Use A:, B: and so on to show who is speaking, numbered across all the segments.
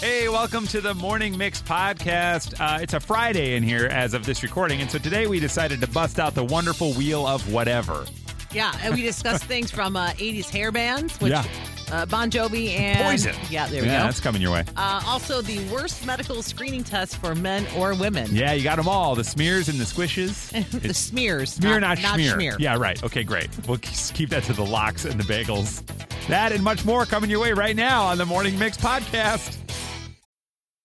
A: Hey, welcome to the Morning Mix podcast. Uh, it's a Friday in here as of this recording, and so today we decided to bust out the wonderful wheel of whatever.
B: Yeah, and we discussed things from uh, 80s hair bands, which
A: Yeah.
B: uh, Bon Jovi and
A: Poison.
B: Yeah, there
A: Yeah,
B: we go.
A: that's coming your way.
B: Uh, also, the worst medical screening test for men or women.
A: Yeah, you got them all the smears and the squishes.
B: the
A: It's
B: smears.
A: smear, not,
B: schmear.
A: schmear. Yeah, right. Okay, great. We'll k- keep that to the locks and the bagels. That and much more coming your way right now on the Morning Mix podcast.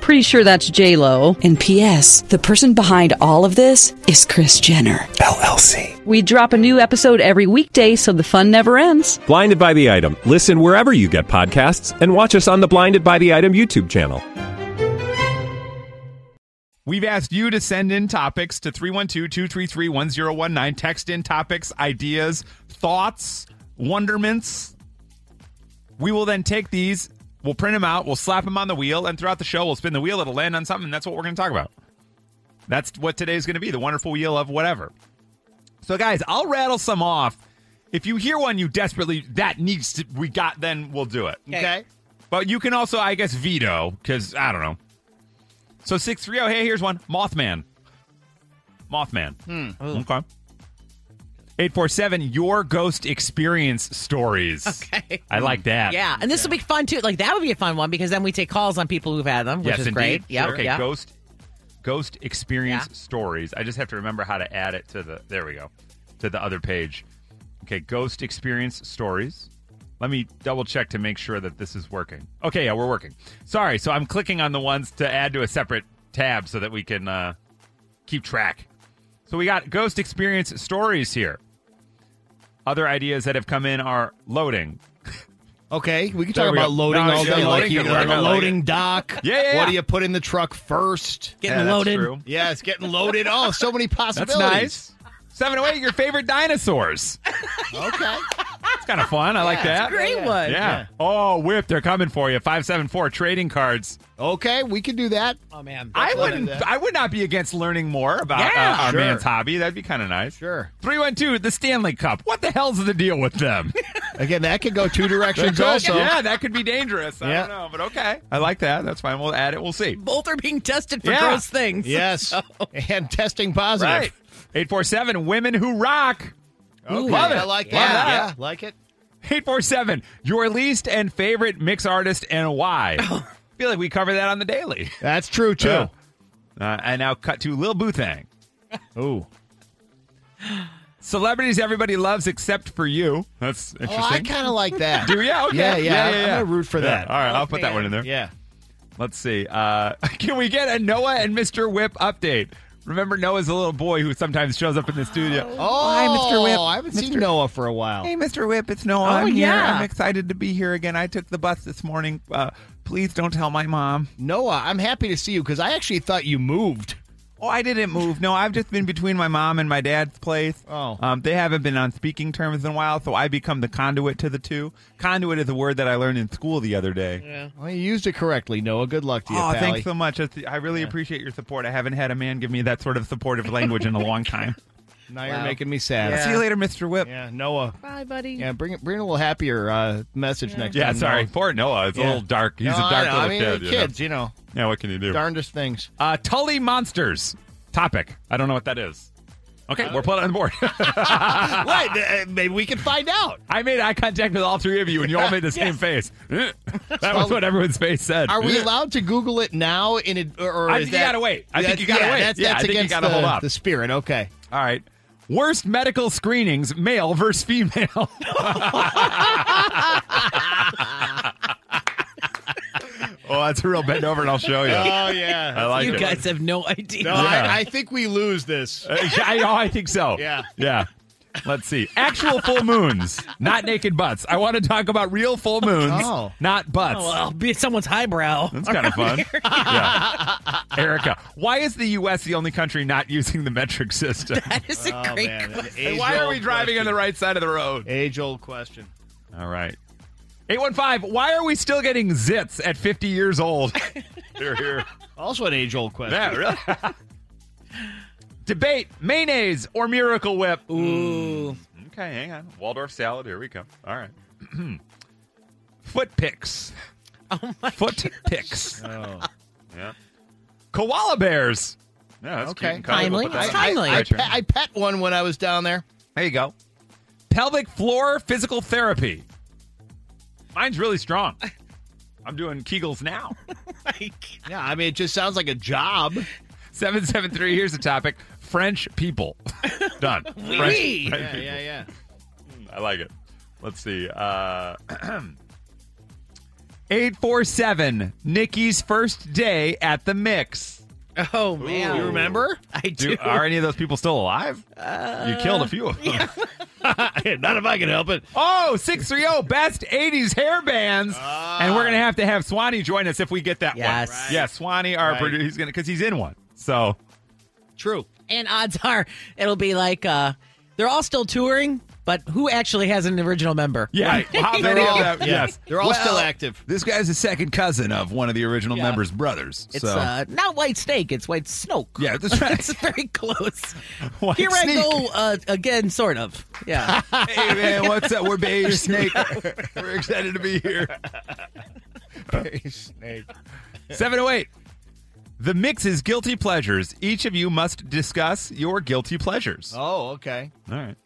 C: Pretty sure that's J Lo.
D: And P.S. The person behind all of this is Chris Jenner.
E: LLC.
C: We drop a new episode every weekday, so the fun never ends.
E: Blinded by the item. Listen wherever you get podcasts, and watch us on the Blinded by the Item YouTube channel.
A: We've asked you to send in topics to 312 233 1019. Text in topics, ideas, thoughts, wonderments. We will then take these, we'll print them out, we'll slap them on the wheel, and throughout the show, we'll spin the wheel. It'll land on something. and That's what we're going to talk about. That's what today's going to be the wonderful wheel of whatever. So, guys, I'll rattle some off. If you hear one you desperately that needs to we got, then we'll do it.
B: Okay.
A: But you can also, I guess, veto because I don't know. So six three zero. Hey, here's one. Mothman. Mothman.
B: Hmm.
A: Okay. Eight four seven. Your ghost experience stories.
B: Okay.
A: I like that.
B: Yeah, and this will be fun too. Like that would be a fun one because then we take calls on people who've had them, which
A: yes,
B: is
A: indeed.
B: great. Yeah,
A: Okay.
B: yeah.
A: Ghost. Ghost experience
B: Yeah.
A: stories. I just have to remember how to add it to the. There we go. To the other page. Okay. Ghost experience stories. Let me double check to make sure that this is working. Okay. Yeah, we're working. Sorry. So I'm clicking on the ones to add to a separate tab so that we can uh, keep track. So we got ghost experience stories here. Other ideas that have come in are loading.
F: Okay, we can
A: There
F: talk
A: we
F: about
A: go.
F: loading
A: No,
F: all
A: yeah,
F: day, like,
A: loading
F: you,
A: can
F: like
A: work. I
F: a
A: like
F: loading
A: it.
F: dock.
A: Yeah, yeah, yeah.
F: What do you put in the truck first?
B: Getting
A: Yeah, that's
B: loaded.
A: true.
F: Yeah, it's getting loaded. Oh, so many
A: That's
F: possibilities.
A: nice. Seven oh eight, your favorite dinosaurs.
F: Okay.
A: It's kind of fun. I like that.
B: Great one.
A: Yeah. Oh, whip, they're coming for you. 574 trading cards.
F: Okay, we can do that.
B: Oh man.
A: I
F: love
A: wouldn't
F: that.
A: I would not be against learning more about
B: Yeah.
A: uh, our
F: Sure.
A: man's hobby. That'd be kind of nice.
F: Sure.
A: 312, the Stanley Cup. What the hell's the deal with them?
F: Again, that could go two directions
A: Good.
F: also.
A: yeah, that could be dangerous. I
F: Yeah.
A: don't know, but okay. I like that. That's fine. We'll add it. We'll see.
B: Both are being tested for
A: Yeah.
B: gross things.
F: Yes. And testing positive.
A: Right. 847, women who rock.
F: Okay.
A: Love it.
F: I like
A: Love
F: that.
A: that.
F: Yeah, like it.
A: 847, your least and favorite mix artist and why. I feel like we cover that on the daily.
F: That's true too.
A: Uh, uh, and now cut to Lil Boothang.
F: Ooh.
A: Celebrities everybody loves except for you. That's interesting.
F: Oh, I kind of like that.
A: Do yeah, okay.
F: Yeah, yeah.
A: yeah,
F: I'm gonna root for
A: Yeah,
F: that.
A: All right,
B: Oh,
A: I'll put that
B: man.
A: one in there.
F: Yeah.
A: Let's see. Uh, can we get a Noah and Mr. Whip update? Remember, Noah's a little boy who sometimes shows up in the studio.
F: Oh,
A: Hi, Mr. Whip.
F: I haven't seen Noah for a while.
A: Hey, Mr. Whip, it's Noah.
B: Oh,
A: I'm here.
B: yeah.
A: I'm excited to be here again. I took the bus this morning. Uh, please don't tell my mom.
F: Noah, I'm happy to see you because I actually thought you moved.
A: Oh, I didn't move. No, I've just been between my mom and my dad's place.
F: Oh.
A: Um, they haven't been on speaking terms in a while, so I become the conduit to the two. Conduit is a word that I learned in school the other day.
F: Well, you used it correctly, Noah. Good luck to you,
A: Oh,
F: pally.
A: thanks so much. That's- I really appreciate your support. I haven't had a man give me that sort of supportive language in a long time.
F: Now you're making me sad.
A: See you later, Mr. Whip.
F: Yeah, Noah.
B: Bye, buddy.
F: Yeah, bring bring a little happier uh, message next
A: Yeah,
F: time.
A: sorry.
F: Noah.
A: Poor Noah. It's a
F: Yeah.
A: little dark. He's
F: No,
A: a dark
F: I know.
A: little
F: I mean,
A: kid. you know.
F: kids, you know,
A: Yeah, what can you do?
F: darndest things.
A: Uh, Tully monsters topic. I don't know what that is. Okay, we're putting it on the board.
F: right, uh, maybe we can find out.
A: I made eye contact with all three of you, and you all made the same face. that was what everyone's face said.
F: Are we allowed to Google it now? In ad- or, or
A: I
F: is
A: think you
F: that-
A: gotta wait. I think
F: That-
A: you gotta
F: yeah,
A: wait.
F: That's,
A: Yeah, I
F: that's
A: think you
F: against
A: gotta
F: the,
A: hold up.
F: the spirit. Okay.
A: All right. Worst medical screenings, male versus female. Oh, that's a real bend over and I'll show you.
F: Oh yeah.
A: I like
B: you
A: it.
B: guys have no idea.
F: No, I, I think we lose this.
A: Uh, yeah, I, oh, I think so.
F: Yeah.
A: Yeah. Let's see. Actual full moons, not naked butts. I want to talk about real full moons,
F: Oh.
A: not butts.
B: Oh, well, be someone's highbrow.
F: Mm-hmm.
A: That's kind of fun. Yeah. Erica, why is the U.S. the only country not using the metric system?
B: That is a
F: Oh
B: great
F: man.
B: question.
A: And why are we driving on the right side of the road?
F: Age old question.
A: All right. 815, why are we still getting zits at 50 years old? They're here.
F: Also an age old question.
A: Yeah, really? Debate mayonnaise or miracle whip.
B: Ooh.
A: Okay, hang on. Waldorf salad. Here we come. All right. Foot picks. Oh my. Foot picks.
F: Oh.
A: Yeah. Koala bears. Yeah, that's
F: Okay.
A: cute and cuddly. We'll
B: Timely.
A: put that
F: I,
A: on.
B: Timely.
F: I, I, pe- I pet one when I was down there.
A: There you go. Pelvic floor physical therapy. Mine's really strong. I'm doing Kegels now.
B: Like,
F: Yeah, I mean, it just sounds like a job.
A: 773, here's the topic French people. Done. French,
B: Oui.
A: French
F: Yeah,
A: people.
F: yeah, yeah.
A: I like it. Let's see. Uh, 847, Nikki's first day at the mix.
B: oh man.
F: You remember?
B: I do.
A: Do, are any of those people still alive? you killed a few of them.
F: Not if I can help it.
A: Oh, 630 best 80s hair bands. and we're going to have to have Swanee join us if we get that
B: Yes.
A: one.
B: Right.
A: Yeah, Swanee, our
F: Ah. Right.
A: producer, he's going to, because he's in one. So,
F: True.
B: And odds are it'll be like uh they're all still touring, but who actually has an original member?
A: yeah. How
F: They're
A: many of
F: all,
A: them?
F: yeah,
A: Yes.
F: they're all still
A: Well,
F: active.
A: This guy's a second cousin of one of the original
F: Yeah.
A: members' brothers.
B: It's
A: so,
B: uh, not white snake, it's white snoke.
A: Yeah, that's right.
B: it's very close.
A: White
B: Here
A: snake.
B: I go uh, again, sort of. Yeah.
A: hey man, what's up? We're Beige Snake. We're excited to be here.
F: Snake.
A: 708. The mix is guilty pleasures. Each of you must discuss your guilty pleasures.
F: Oh, okay.
A: All right.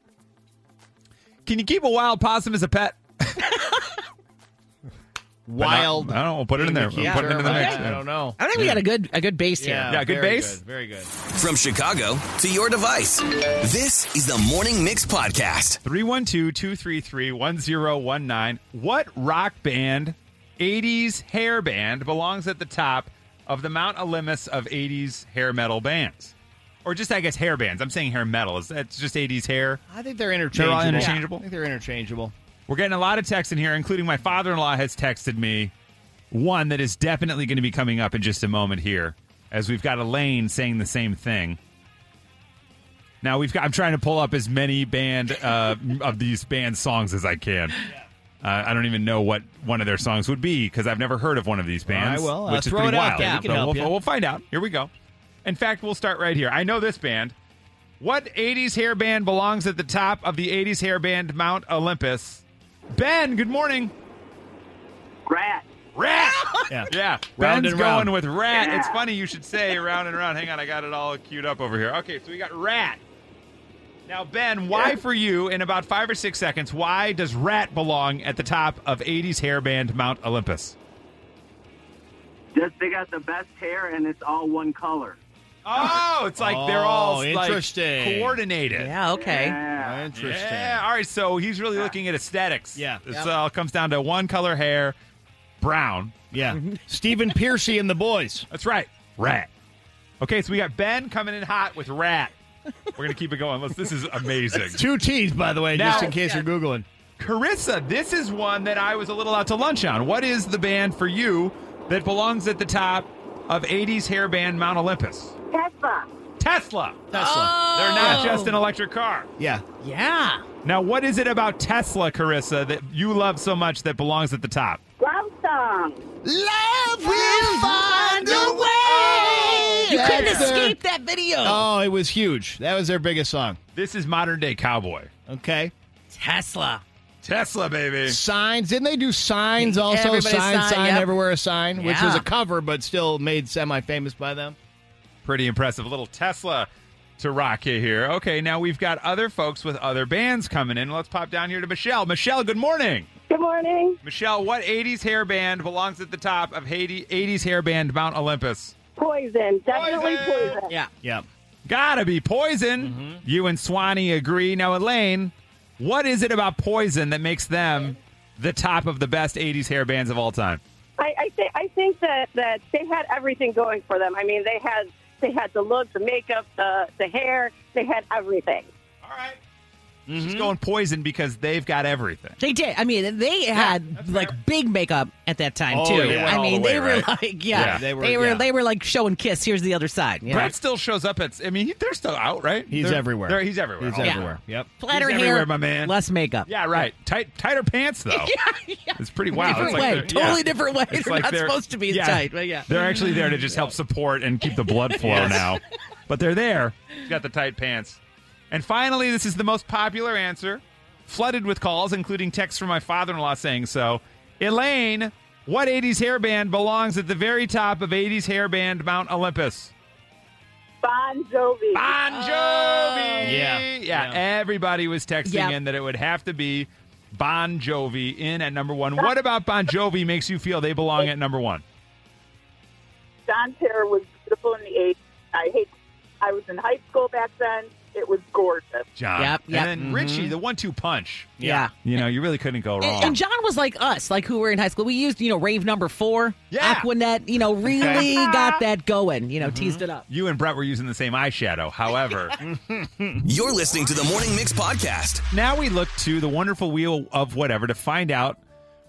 A: Can you keep a wild possum as a pet? But not-
F: Wild.
A: I don't know. We'll put it in there. We'll
F: Yeah,
A: put it in the
F: I-
A: mix.
F: I don't know.
B: I think we got a good a good base
F: Yeah,
A: Yeah, good
F: very
A: base.
F: Good, very good.
G: From Chicago to your device, this is the Morning Mix Podcast.
A: 312 233 1019. What rock band, 80s hair band, belongs at the top of the Mount Olympus of 80s hair metal bands? Or just, I guess, hair bands. I'm saying hair metal. Is that just 80s hair?
F: I think they're interchangeable.
A: They're all interchangeable?
F: I think they're interchangeable.
A: We're getting a lot of texts in here, including my father in law has texted me one that is definitely going to be coming up in just a moment here, as we've got Elaine saying the same thing. Now we've got. I'm trying to pull up as many band uh, of these band songs as I can. Uh, I don't even know what one of their songs would be because I've never heard of one of these bands.
F: All right, well, uh,
A: which is
F: throw
A: pretty
F: it out
A: wild.
F: there. We can
A: But
F: help
A: we'll,
F: you.
A: we'll find out. Here we go. In fact, we'll start right here. I know this band. What 80s hair band belongs at the top of the 80s hair band Mount Olympus? Ben, good morning.
H: Rat.
A: Rat.
F: Yeah.
A: Yeah.
F: Round
A: Ben's going
F: and round.
A: with rat. It's funny you should say round and round. Hang on, I got it all queued up over here. Okay, so we got rat. Now, Ben, why for you in about five or six seconds, why does rat belong at the top of 80s hair band Mount Olympus?
H: Just they got the best hair and it's all one color.
A: Oh, it's like they're all
F: Oh,
A: like,
F: interesting.
A: coordinated.
B: Yeah, okay.
H: Yeah.
F: Oh, Interesting.
A: Yeah. All right. So he's really looking at aesthetics.
F: Yeah.
A: It all comes down to one color hair, brown.
F: Yeah. Stephen Piercy and the boys.
A: That's right. Rat. Okay. So we got Ben coming in hot with rat. We're gonna keep it going. Let's, this is amazing.
F: Two T's, by the way, just
A: Now-
F: in case you're Googling.
A: Carissa, this is one that I was a little out to lunch on. What is the band for you that belongs at the top of 80s hair band Mount Olympus?
H: Tesla.
A: Tesla.
F: Tesla.
A: They're not just an electric car.
F: Yeah.
B: Yeah.
A: Now, what is it about Tesla, Carissa, that you love so much that belongs at the top?
H: Love song.
F: Love will find a way.
B: You couldn't escape that video.
F: Oh, it was huge. That was their biggest song.
A: This is modern day cowboy.
F: Okay.
B: Tesla.
A: Tesla, baby.
F: Signs. Didn't they do signs also?
B: Everybody
F: sign,
B: sign,
F: sign,
B: yep.
F: everywhere a sign, which
B: Yeah.
F: was a cover, but still made semi famous by them.
A: Pretty impressive little Tesla to rock you here. Okay, now we've got other folks with other bands coming in. Let's pop down here to Michelle. Michelle, good morning.
H: Good morning.
A: Michelle, what 80s hair band belongs at the top of Haiti 80s hair band Mount Olympus?
H: Poison. Definitely
A: Poison.
H: poison.
B: Yeah.
F: Yep.
A: Gotta be Poison. You and Swanee agree. Now, Elaine, what is it about Poison that makes them the top of the best 80s hair bands of all time?
H: I, I think I think that that they had everything going for them. I mean, they had they had the look, the makeup, the the hair. They had everything.
A: All right. Mm-hmm. She's going poison because they've got everything.
B: They did. I mean, they had like big makeup at that time
A: Oh,
B: too.
A: they went
B: I
A: all
B: mean,
A: the way,
B: they were
A: right?
B: like, yeah,
A: Yeah,
B: they
F: they
B: were,
F: were-
B: they were,
F: yeah.
B: like showing kiss. Here's the other side. You know?
A: Brett still shows up at. I mean, he, they're still out, right?
F: He's
A: They're-
F: everywhere.
A: they're- he's everywhere.
F: He's
A: all the time.
F: everywhere. Yep.
B: Flatter
A: He's
B: hair,
A: everywhere, my man.
B: Less makeup.
A: Yeah, right. Tight, tighter pants though. It's pretty wild.
B: Different
A: it's like
B: way.
A: they're-
B: Totally
A: yeah.
B: different way.
A: It's
B: They're
A: like
B: not
A: they're-
B: supposed to be
A: yeah.
B: tight, but yeah.
A: they're actually there to just help support and keep the blood flow now. But they're there. She's got the tight pants. And finally, this is the most popular answer, flooded with calls, including texts from my father-in-law saying so. Elaine, what '80s hairband belongs at the very top of '80s hairband Mount Olympus?
H: Bon Jovi.
A: Bon
B: Oh.
A: Jovi.
F: Yeah.
A: yeah.
F: Yeah.
A: Everybody was texting
B: Yep.
A: in that it would have to be Bon Jovi in at number one. What about Bon Jovi makes you feel they belong at number one?
H: John Terror was beautiful in the 80s. I hate, I was in high school back then. It was gorgeous.
A: John.
B: Yep, yep.
A: And then
F: Mm-hmm.
A: Richie, the one-two punch.
B: Yeah.
A: You know, you really couldn't go wrong.
B: And, and John was like us, like who were in high school. We used, you know, rave number four,
A: Yeah. Mm-hmm.
B: Aquanet, you know, really got that going, you know, teased it up.
A: you and Brett were using the same eyeshadow. However,
B: Mm.
G: You're listening to the Morning Mix podcast.
A: now we look to the wonderful wheel of whatever to find out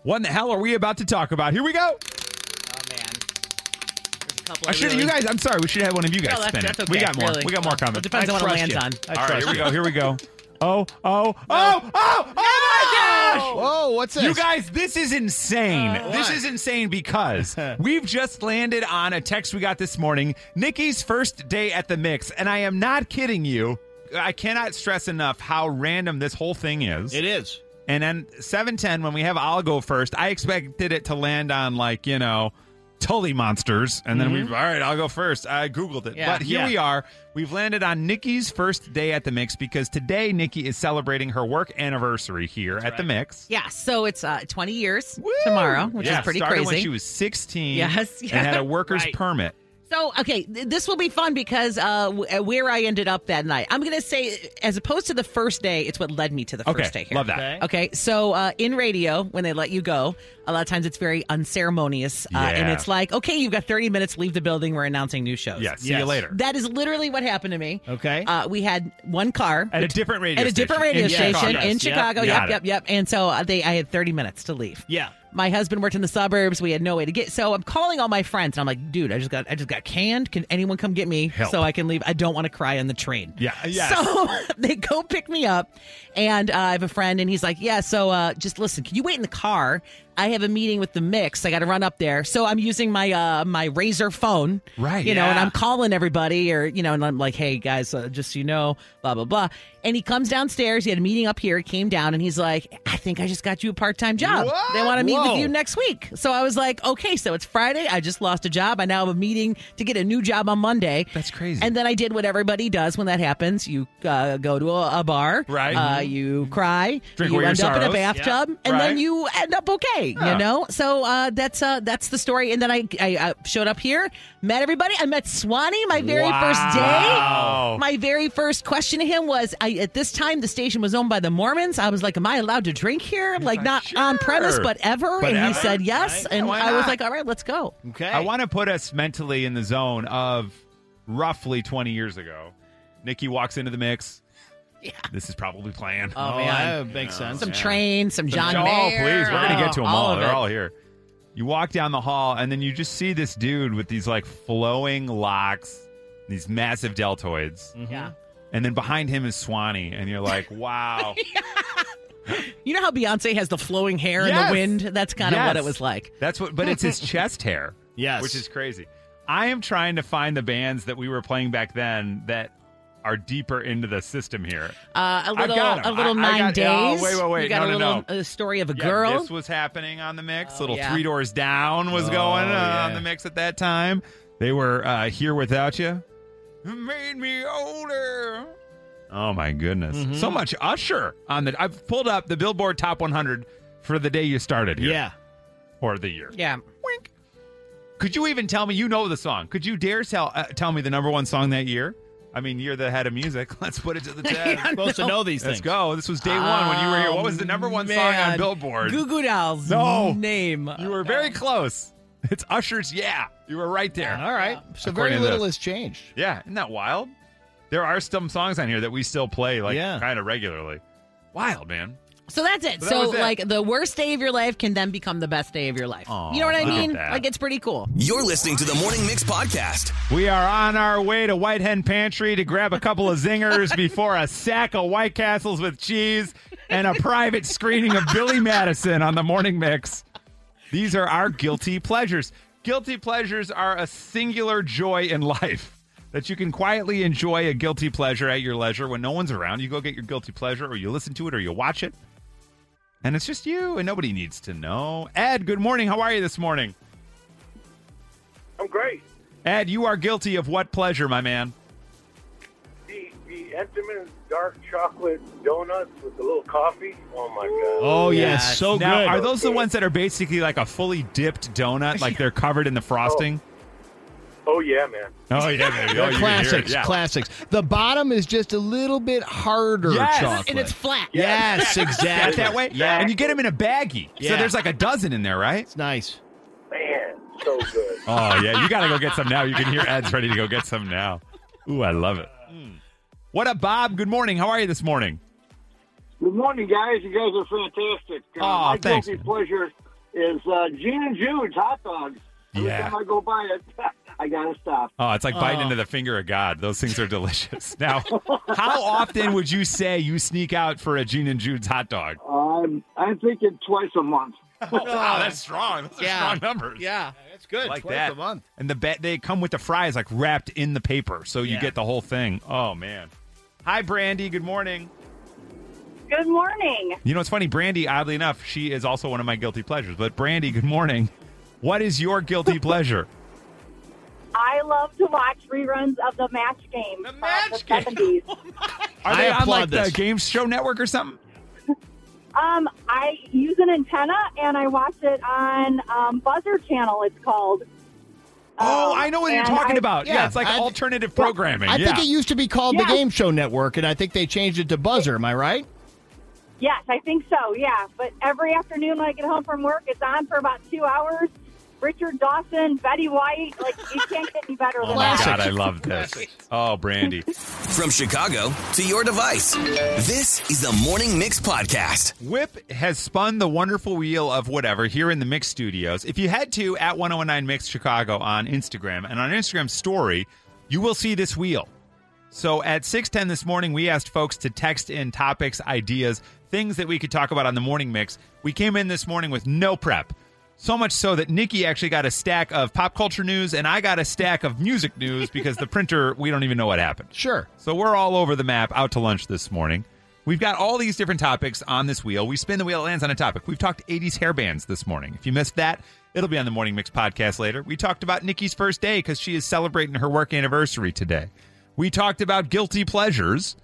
A: what in the hell are we about to talk about. Here we go.
B: Oh, man. There's a couple
A: I
B: of
A: should
B: really-
A: you guys. I'm sorry. We should have one of you guys
B: No, that's-
A: spin
B: that's
A: it.
B: okay,
A: we got more.
B: really.
A: We got more
B: Well,
A: coming.
B: it depends
A: I
B: on what it
A: trust
B: lands
A: you.
B: on. I
A: All right,
B: trust
A: here we go. Here we go. Oh, oh, oh, oh, oh my gosh!
F: Whoa, what's this?
A: You guys, this Uh, is insane. this is insane because we've just landed on a text we got this morning. Nikki's first day at the mix, and I am not kidding you. I cannot stress enough how random this whole thing is.
F: It is.
A: And then 710, when we have I'll go first, I expected it to land on like, you know, Tully monsters. And then we, all right, I'll go first. I Googled it.
B: Mm-hmm. Yeah.
A: but here
F: Yeah.
A: we are. We've landed on Nikki's first day at the mix because today Nikki is celebrating her work anniversary here at the mix.
B: Yeah, so it's uh, 20 years
A: Woo!
B: tomorrow, which
A: Yeah,
B: is pretty
A: started
B: crazy.
A: when she was 16
B: Yes,
A: and had
B: yeah.
A: a worker's
B: Right.
A: permit.
B: So, okay, th- this will be fun because uh, w- uh, where I ended up that night, I'm going to say, as opposed to the first day, it's what led me to the first
A: Okay,
B: day here.
A: love that.
F: Okay.
B: Okay, so uh, in radio, when they let you go, a lot of times it's very unceremonious. Uh, And
A: Yeah.
B: it's like, okay, you've got 30 minutes, leave the building, we're announcing new shows.
A: Yeah, see you
F: Yes.
A: later.
B: That is literally what happened to me.
F: Okay.
B: Uh, we had one car.
A: At a different radio
B: At a different radio
A: in
B: station
A: Chicago.
B: in
F: Yes, yep.
B: Chicago.
A: Got
B: Yep,
A: it.
B: yep, yep. And so uh, they, I had 30 minutes to leave.
F: Yeah.
B: My husband worked in the suburbs. We had no way to get. So I'm calling all my friends, and I'm like, "Dude, I just got, I just got canned. Can anyone come get me
A: Help.
B: so I can leave? I don't want to cry on the train."
A: Yeah, yes.
B: So they go pick me up, and uh, I have a friend, and he's like, "Yeah, so uh, just listen. Can you wait in the car? I have a meeting with the mix. I got to run up there. So I'm using my uh, my razor phone,
A: Right,
B: You know, and
A: yeah.
B: I'm calling everybody, or you know, and I'm like, "Hey guys, uh, just so you know, blah blah blah." And he comes downstairs. He had a meeting up here. He came down, and he's like, "I think I just got you a part time job.
A: What?
B: They want to meet
A: Whoa.
B: with you next week." So I was like, "Okay, so it's Friday. I just lost a job. I now have a meeting to get a new job on Monday."
A: That's crazy.
B: And then I did what everybody does when that happens. You uh, go to a, a bar,
A: Right. Mm-hmm.
B: Uh, you cry,
A: Drink
B: you
A: away your
B: end up in a
A: sorrows.
B: bathtub, and
A: Right.
B: then you end up okay.
A: Yeah.
B: You know, so uh, that's uh, that's the story. And then I, I, I showed up here, met everybody. I met Swanee my very first
A: Wow.
B: day. My very first question to him was: I, At this time, the station was owned by the Mormons. I was like, "Am I allowed to drink here? like not
A: sure.
B: on premise, but ever?"
A: But
B: and he
A: ever,
B: said yes,
A: right? Yeah,
B: and
A: why
B: I was
A: not?
B: like, "All right, let's go."
F: Okay.
A: I want to put us mentally in the zone of roughly 20 years ago. Nikki walks into the mix. Yeah. This is probably planned.
B: Oh,
F: Oh,
B: man.
F: that makes sense.
B: Some train, some John
A: oh,
B: Mayer. uh,
A: please. We're going to get to them all.
B: of
A: They're
B: it.
A: all here. You walk down the hall, and then you just see this dude with these like flowing locks, these massive deltoids.
B: Yeah.
A: And then behind him is Swanee, and you're like, wow.
B: You know how Beyonce has the flowing hair in
A: Yes.
B: the wind? That's kind of
A: Yes.
B: what it was like.
A: That's what, but it's his chest hair.
F: Yes.
A: Which is crazy. I am trying to find the bands that we were playing back then that are deeper into the system here.
B: Uh, a little,
A: got
B: a
A: 'em.
B: little
A: I- I
B: nine
A: got- oh,
B: days.
A: wait, wait, wait.
B: You got
A: No,
B: a
A: no,
B: little
A: no.
B: uh, story of a
A: Yeah,
B: girl.
A: This was happening on the mix.
B: Oh,
A: little
B: yeah.
A: Three Doors Down was
F: Oh,
A: going uh, on
F: yeah.
A: the mix at that time. They were uh, here without you. Made me older. Oh my goodness! So much Usher on the. I've pulled up the Billboard Top 100 for the day you started here,
F: Yeah.
A: or the year.
B: yeah.
A: Wink. Could you even tell me you know the song? Could you dare tell uh, tell me the number one song that year? I mean, you're the head of music. Let's put it to the test.
F: You're supposed to know these
A: Let's
F: things.
A: go. This was day one when you were here. What was the number one song on
B: Man.
A: Billboard?
B: Goo Goo Dolls.
A: No.
B: Name.
A: You were very close. It's Usher's Yeah. You were right there.
F: All right. So
A: According to
F: very little
A: this.
F: has changed.
A: Yeah, isn't that wild? There are some songs on here that we still play like
F: Yeah.
A: kind of regularly. Wild, man.
B: So that's it.
A: So that
B: So,
A: was it.
B: like the worst day of your life can then become the best day of your life.
F: Aw,
B: you know what I
A: look at
B: mean?
A: that.
B: Like it's pretty cool.
G: You're listening to the Morning Mix podcast.
A: We are on our way to White Hen Pantry to grab a couple of zingers before a sack of White Castles with cheese and a private screening of Billy Madison on the morning mix. These are our guilty pleasures. Guilty pleasures are a singular joy in life that you can quietly enjoy a guilty pleasure at your leisure when no one's around. You go get your guilty pleasure or you listen to it or you watch it. And it's just you and nobody needs to know. Ed, good morning. How are you this morning?
I: I'm great.
A: Ed, you are guilty of what pleasure, my man?
I: The the Entenmann's dark chocolate donuts with a little coffee. Oh my god!
F: Oh, yeah, it's so
A: now,
F: good.
A: Are those the ones that are basically like a fully dipped donut, like they're covered in the frosting?
I: Oh yeah, man.
A: Oh, yeah, baby. Oh, you can hear it.
F: classics,
A: Yeah.
F: classics. The bottom is just a little bit harder
A: Yes.
F: chocolate.
B: And it's flat.
F: yes,
A: That,
F: exactly.
A: that way,
F: Yeah.
A: and you get them in a baggie. So
F: Yeah.
A: there's like a dozen in there, right?
F: It's nice.
I: Man, so good.
A: Oh yeah, you got to go get some now. You can hear Ed's ready to go get some now. Ooh, I love it. Mm. What up, Bob? Good morning. How are you this morning?
I: Good morning, guys. You guys are fantastic. Uh,
A: Aw,
I: my
A: thanks,
I: guilty
A: man.
I: pleasure is uh, Gene and Jude's hot dogs. Every
A: Yeah.
I: time I go by it, I gotta stop.
A: Oh, it's like biting into the finger of God. Those things are delicious. Now, how often would you say you sneak out for a Gene and Jude's hot dog?
I: I'm Um, I'm thinking twice a month.
A: Oh, wow, that's strong. Those are
B: Yeah.
A: strong numbers.
B: Yeah.
F: That's good.
A: like that. And the bet they come with the fries like wrapped in the paper, so you
F: Yeah.
A: get the whole thing. Oh man. Hi Brandy, good morning.
H: Good morning.
A: You know it's funny, Brandy, oddly enough, she is also one of my guilty pleasures. But Brandy, good morning. What is your guilty pleasure?
H: I love to watch reruns of the match game the
A: match
H: from the 70s.
A: Are
F: I
A: they on
F: applaud
A: like the
F: this.
A: game show network or something?
H: Um, I use an antenna and I watch it on um, Buzzer Channel. It's called.
A: Oh,
H: Um,
A: I know what you're
H: and
A: talking
H: I-
A: about. Yeah,
F: yeah,
A: it's like
F: Uh, I-
A: alternative programming.
F: I
A: yeah.
F: think it used to be called
H: Yeah.
F: the Game Show Network, and I think they changed it to Buzzer. Am I right?
H: Yes, I think so. Yeah, but every afternoon when I get home from work, it's on for about two hours. Richard Dawson, Betty White, like you can't get any better
A: Oh
H: than
A: my
H: that.
A: god, I love this. Oh, Brandy.
G: From Chicago to your device, this is the Morning Mix podcast.
A: Whip has spun the wonderful wheel of whatever here in the Mix Studios. If you head to at 1019 Mix Chicago on Instagram and on Instagram story, you will see this wheel. So at 610 this morning, we asked folks to text in topics, ideas, things that we could talk about on the morning mix. We came in this morning with no prep. So much so that Nikki actually got a stack of pop culture news and I got a stack of music news because the printer, we don't even know what happened.
F: Sure.
A: So we're all over the map out to lunch this morning. We've got all these different topics on this wheel. We spin the wheel, it lands on a topic. We've talked 80s hairbands this morning. If you missed that, it'll be on the Morning Mix podcast later. We talked about Nikki's first day because she is celebrating her work anniversary today. We talked about guilty pleasures,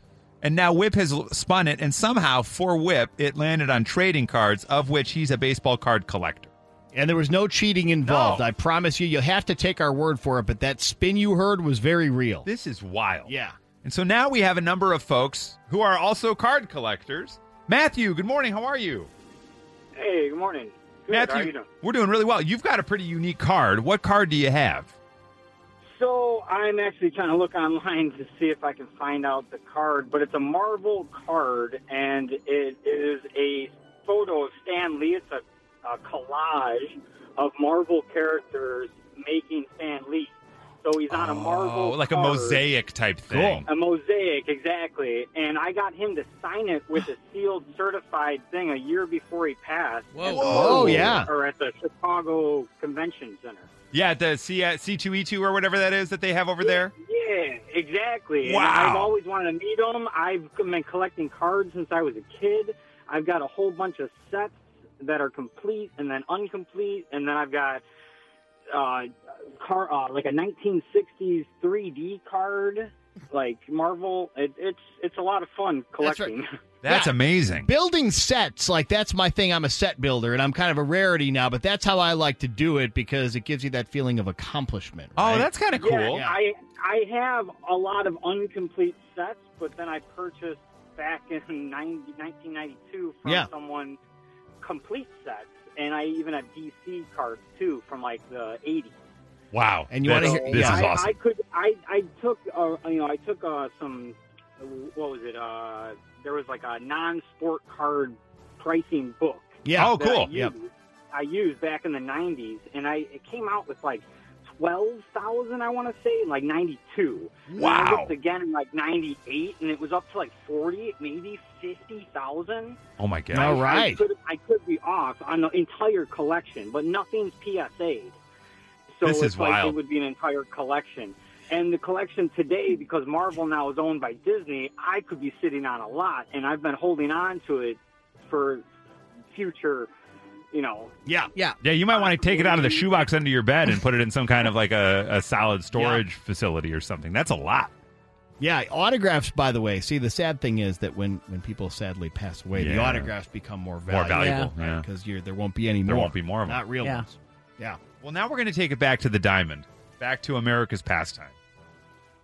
A: and now Whip has l- spun it, and somehow for Whip, it landed on trading cards, of which he's a baseball card collector.
F: And there was no cheating involved.
A: No.
F: I promise you, you'll have to take our word for it. But that spin you heard was very real.
A: This is wild.
F: yeah.
A: And so now we have a number of folks who are also card collectors. Matthew, good morning. How are you?
I: Hey, good morning.
A: Matthew, we're doing really well. You've got a pretty unique card. What card do you have?
I: So I'm actually trying to look online to see if I can find out the card, but it's a Marvel card, and it is a photo of Stan Lee. It's a, a collage of Marvel characters making Stan Lee. So he's on a Marvel,
A: Oh, like a
I: card.
A: mosaic type thing.
I: a mosaic exactly. And I got him to sign it with a sealed, certified thing a year before he passed. Whoa!
F: Oh, yeah.
I: Or at the Chicago Convention Center.
A: Yeah, the C C two E two or whatever that is that they have over there.
I: Yeah, exactly. And
A: Wow.
I: I've always wanted to meet him. I've been collecting cards since I was a kid. I've got a whole bunch of sets that are complete and then incomplete, and then I've got uh, car uh, like a 1960s 3D card, like Marvel. It, it's it's a lot of fun
F: That's
I: collecting.
A: That's
F: Yeah.
A: amazing.
F: Building sets, like that's my thing. I'm a set builder, and I'm kind of a rarity now. But that's how I like to do it because it gives you that feeling of accomplishment.
A: Oh,
F: right?
A: that's kind of cool.
I: Yeah, I I have a lot of incomplete sets, but then I purchased back in 90, 1992 from
F: Yeah.
I: someone complete sets, and I even have DC cards too from like the '80s.
A: Wow.
F: And you want to
I: So,
F: hear?
A: This
F: yeah.
A: is
I: I,
A: awesome.
I: I could. I I took. Uh, you know, I took uh, some. What was it? Uh, there was like a non-sport card pricing book.
F: Yeah.
A: Oh,
I: that
A: cool.
I: I used, I used back in the '90s, and I it came out with like twelve thousand. I want to say in like '92. I
A: Wow.
I: looked again in like '98, and it was up to like forty, maybe fifty thousand.
A: Oh my god.
F: No.
I: I-
F: All
I: I
F: right.
I: could, I could be off on the entire collection, but nothing's PSA'd. So
A: This
I: it's
A: is
I: like
A: wild.
I: it would be an entire collection. And the collection today, because Marvel now is owned by Disney, I could be sitting on a lot, and I've been holding on to it for future, you know.
F: Yeah.
B: Yeah.
A: Yeah, you might want to take it out of the shoebox under your bed and put it in some kind of like a, a solid storage facility or something. That's a lot.
F: Yeah, autographs. By the way, see the sad thing is that when when people sadly pass away, the
A: Yeah.
F: autographs become more
A: More
F: valuable.
A: valuable. Yeah.
F: because you're there won't be any more.
A: There won't be more of 'em.
F: Not real
B: Yeah.
F: ones. Yeah.
A: Well, now we're going to take it back to the diamond, back to America's pastime.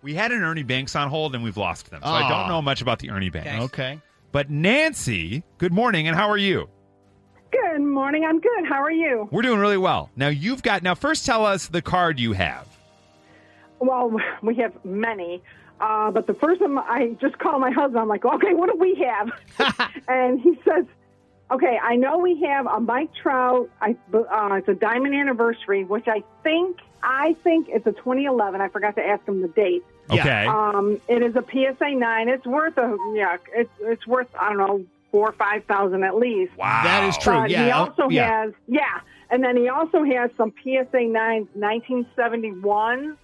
A: We had an Ernie Banks on hold and we've lost them. So I
F: Aw.
A: don't know much about the Ernie Banks.
F: Okay.
A: But Nancy, good morning and how are you?
H: Good morning. I'm good. How are you?
A: We're doing really well. Now you've got now first tell us the card you have.
H: Well, we have many. Uh, but the first one, I just called my husband. I'm like, okay, what do we have? and he says, okay, I know we have a Mike Trout. I, uh, it's a diamond anniversary, which I think, I think it's a 2011. I forgot to ask him the date.
F: Yeah.
A: Okay.
H: Um, it is a PSA nine. It's worth a, yeah, it's, it's worth, I don't know, four or 5,000 at least.
A: wow.
F: That is true.
H: But
F: yeah.
H: Uh, he
F: I'll-
H: also
F: yeah.
H: has, yeah, and then he also has some PSA 9s 1971,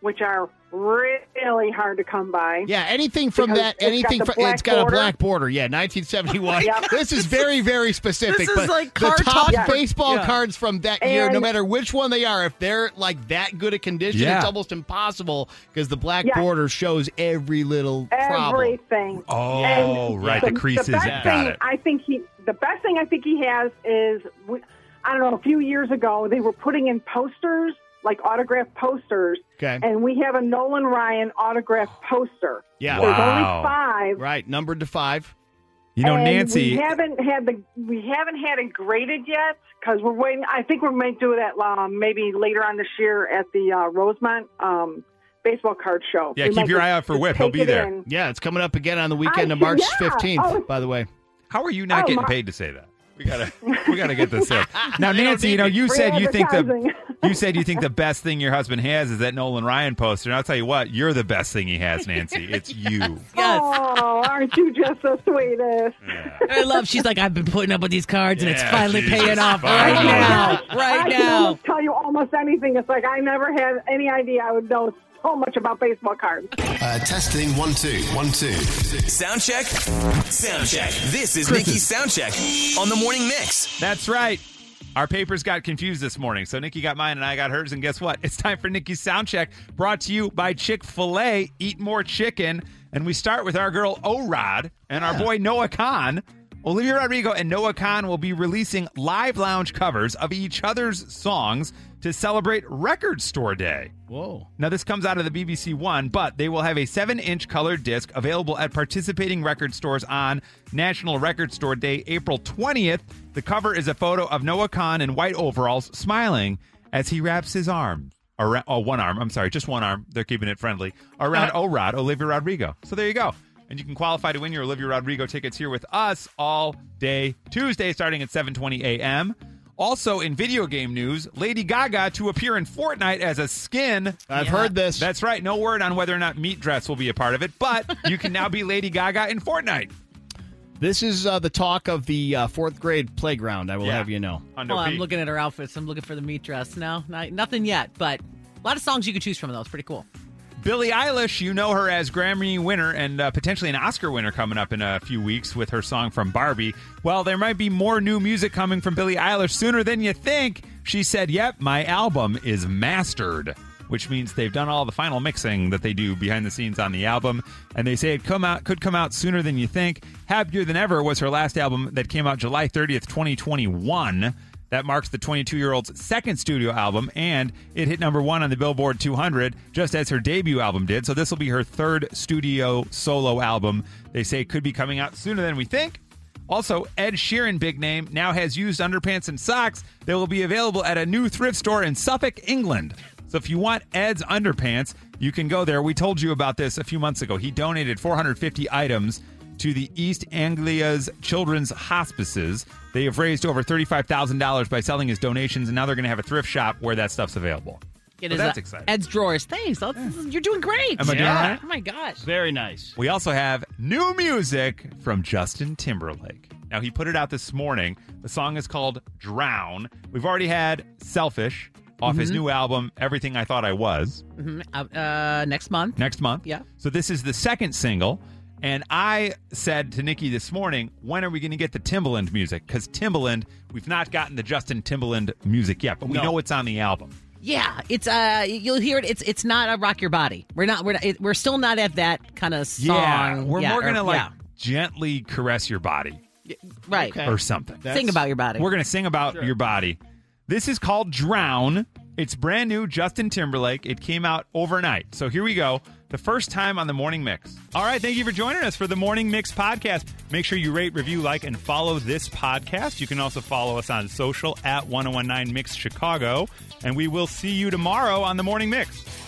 H: which are really hard to come by.
F: Yeah, anything from
H: Because
F: that,
H: it's got
F: anything
H: the
F: from
H: black
F: it's got a
H: border.
F: black border. Yeah, 1971.
H: Yep.
F: This is very, very specific.
B: is
F: but
B: like
F: the
B: card
F: top
B: talk.
F: baseball
B: Yeah.
F: cards from that year, no
H: And-
F: matter which one they are, if they're like that good a condition,
A: Yeah.
F: it's almost impossible because the black
H: Yeah.
F: border shows every little problem.
H: Everything.
A: Oh,
H: And
A: right. The creases.
H: best
A: Got
H: thing
A: it.
H: I think he, the best thing I think he has is, we- I don't know, a few years ago they were putting in posters, like autograph posters,
F: Okay.
H: and we have a Nolan Ryan autograph poster.
F: Yeah.
H: There's
A: Wow.
H: only five.
F: Right, numbered to five.
A: You know,
H: And
A: Nancy,
H: we haven't had the we haven't had it graded yet because we're waiting. I think we might do that um, maybe later on this year at the uh, Rosemont um, baseball card show.
A: Yeah,
H: We
A: keep
H: might
A: your
H: just-
A: eye out for
H: just
A: Whip. He'll
H: take
A: be
H: it
A: there.
H: in.
F: Yeah, it's coming up again on the weekend of
H: I-
F: March
H: yeah.
F: 15th,
H: Oh.
F: by the way.
A: how are you not
H: Oh,
A: getting
H: my-
A: paid to say that? We gotta we gotta get this in. Now,
F: They don't
A: Nancy, you
F: need
A: know,
F: it.
A: you
H: Free
A: said you think the
H: advertising.
A: you said you think the best thing your husband has is that Nolan Ryan poster. And I'll tell you what, you're the best thing he has, Nancy. It's you.
B: Yes.
H: Oh, aren't you just the sweetest?
B: I love. She's like, I've been putting up with these cards, and it's
A: Yeah,
B: finally
A: Jesus,
B: paying off right
A: finally.
B: now. Right
H: Oh I can
B: now.
H: almost tell you almost anything. It's like I never had any idea I would know so much about baseball cards.
J: Uh, testing one two one two.
G: Sound check. Sound check. This is Nikki's sound check on the morning mix.
A: That's right. Our papers got confused this morning, so Nikki got mine and I got hers. And guess what? It's time for Nikki's sound check, brought to you by Chick Fil A. Eat more chicken, and we start with our girl Orod and our boy Noah Khan. Olivia Rodrigo and Noah Khan will be releasing live lounge covers of each other's songs to celebrate Record Store Day.
F: Whoa.
A: Now, this comes out of the BBC One, but they will have a 7 inch color disc available at participating record stores on National Record Store Day, April 20th. The cover is a photo of Noah Khan in white overalls smiling as he wraps his arm. Around, oh, one arm. I'm sorry, just one arm. They're keeping it friendly. Around Orod, Olivia Rodrigo. So there you go. And you can qualify to win your Olivia Rodrigo tickets here with us all day Tuesday, starting at 7:20 a.m. Also, in video game news, Lady Gaga to appear in Fortnite as a skin
F: I've heard this.
A: that's right. No word on whether or not meat dress will be a part of it, but you can now be Lady Gaga in Fortnite.
F: This is uh, the talk of the uh, fourth grade playground, I will
A: Yeah.
F: have you know.
A: Hundo
B: Well, I'm
A: P.
B: looking at her outfits. I'm looking for the meat dress. No, not, nothing yet, but a lot of songs you could choose from, though. It's pretty cool.
A: Billie Eilish, you know her as Grammy winner and uh, potentially an Oscar winner coming up in a few weeks with her song from Barbie. Well, there might be more new music coming from Billie Eilish sooner than you think. She said, Yep, my album is mastered, which means they've done all the final mixing that they do behind the scenes on the album. And they say it come out could come out sooner than you think. Happier Than Ever was her last album that came out July 30th, 2021. That marks the 22 year old's second studio album, and it hit number one on the Billboard 200, just as her debut album did. So, this will be her third studio solo album. They say it could be coming out sooner than we think. Also, Ed Sheeran, big name, now has used underpants and socks that will be available at a new thrift store in Suffolk, England. So if you want Ed's underpants, you can go there. We told you about this a few months ago. He donated 450 items to the East Anglia's Children's Hospices. They have raised over $35,000 by selling his donations, and now they're going to have a thrift shop where that stuff's available.
B: It
A: So
B: is,
A: Oh, that's
B: uh,
A: exciting.
B: Ed's drawers. Thanks. That's- You're doing great.
A: Am I doing Yeah. all right?
B: Oh my gosh.
F: Very nice.
A: We also have new music from Justin Timberlake. Now, he put it out this morning. The song is called Drown. We've already had Selfish off his
B: Mhm.
A: new album, Everything I Thought I Was,
B: Mhm. Uh, uh, next month.
A: next month.
B: Yeah.
A: So, this is the second single. And I said to Nikki this morning, when are we going to get the Timbaland music? Because Timbaland, we've not gotten the Justin Timbaland music yet, but we know it's on the album.
B: Yeah, it's uh, you'll hear it. It's it's not a rock your body. We're not. We're not, it- we're still not at that kind of song.
A: Yeah. We're
B: Yeah,
A: more
B: or-
A: going to like
B: yeah.
A: gently caress your body.
B: right
A: or something.
B: Sing about your body.
A: We're going to sing about your body. This is called Drown. It's brand new Justin Timberlake. It came out overnight. So here we go. The first time on the Morning Mix. All right, thank you for joining us for the Morning Mix podcast. Make sure you rate, review, like, and follow this podcast. You can also follow us oh on social at 1019 Mix Chicago. And we will see you tomorrow on the Morning Mix.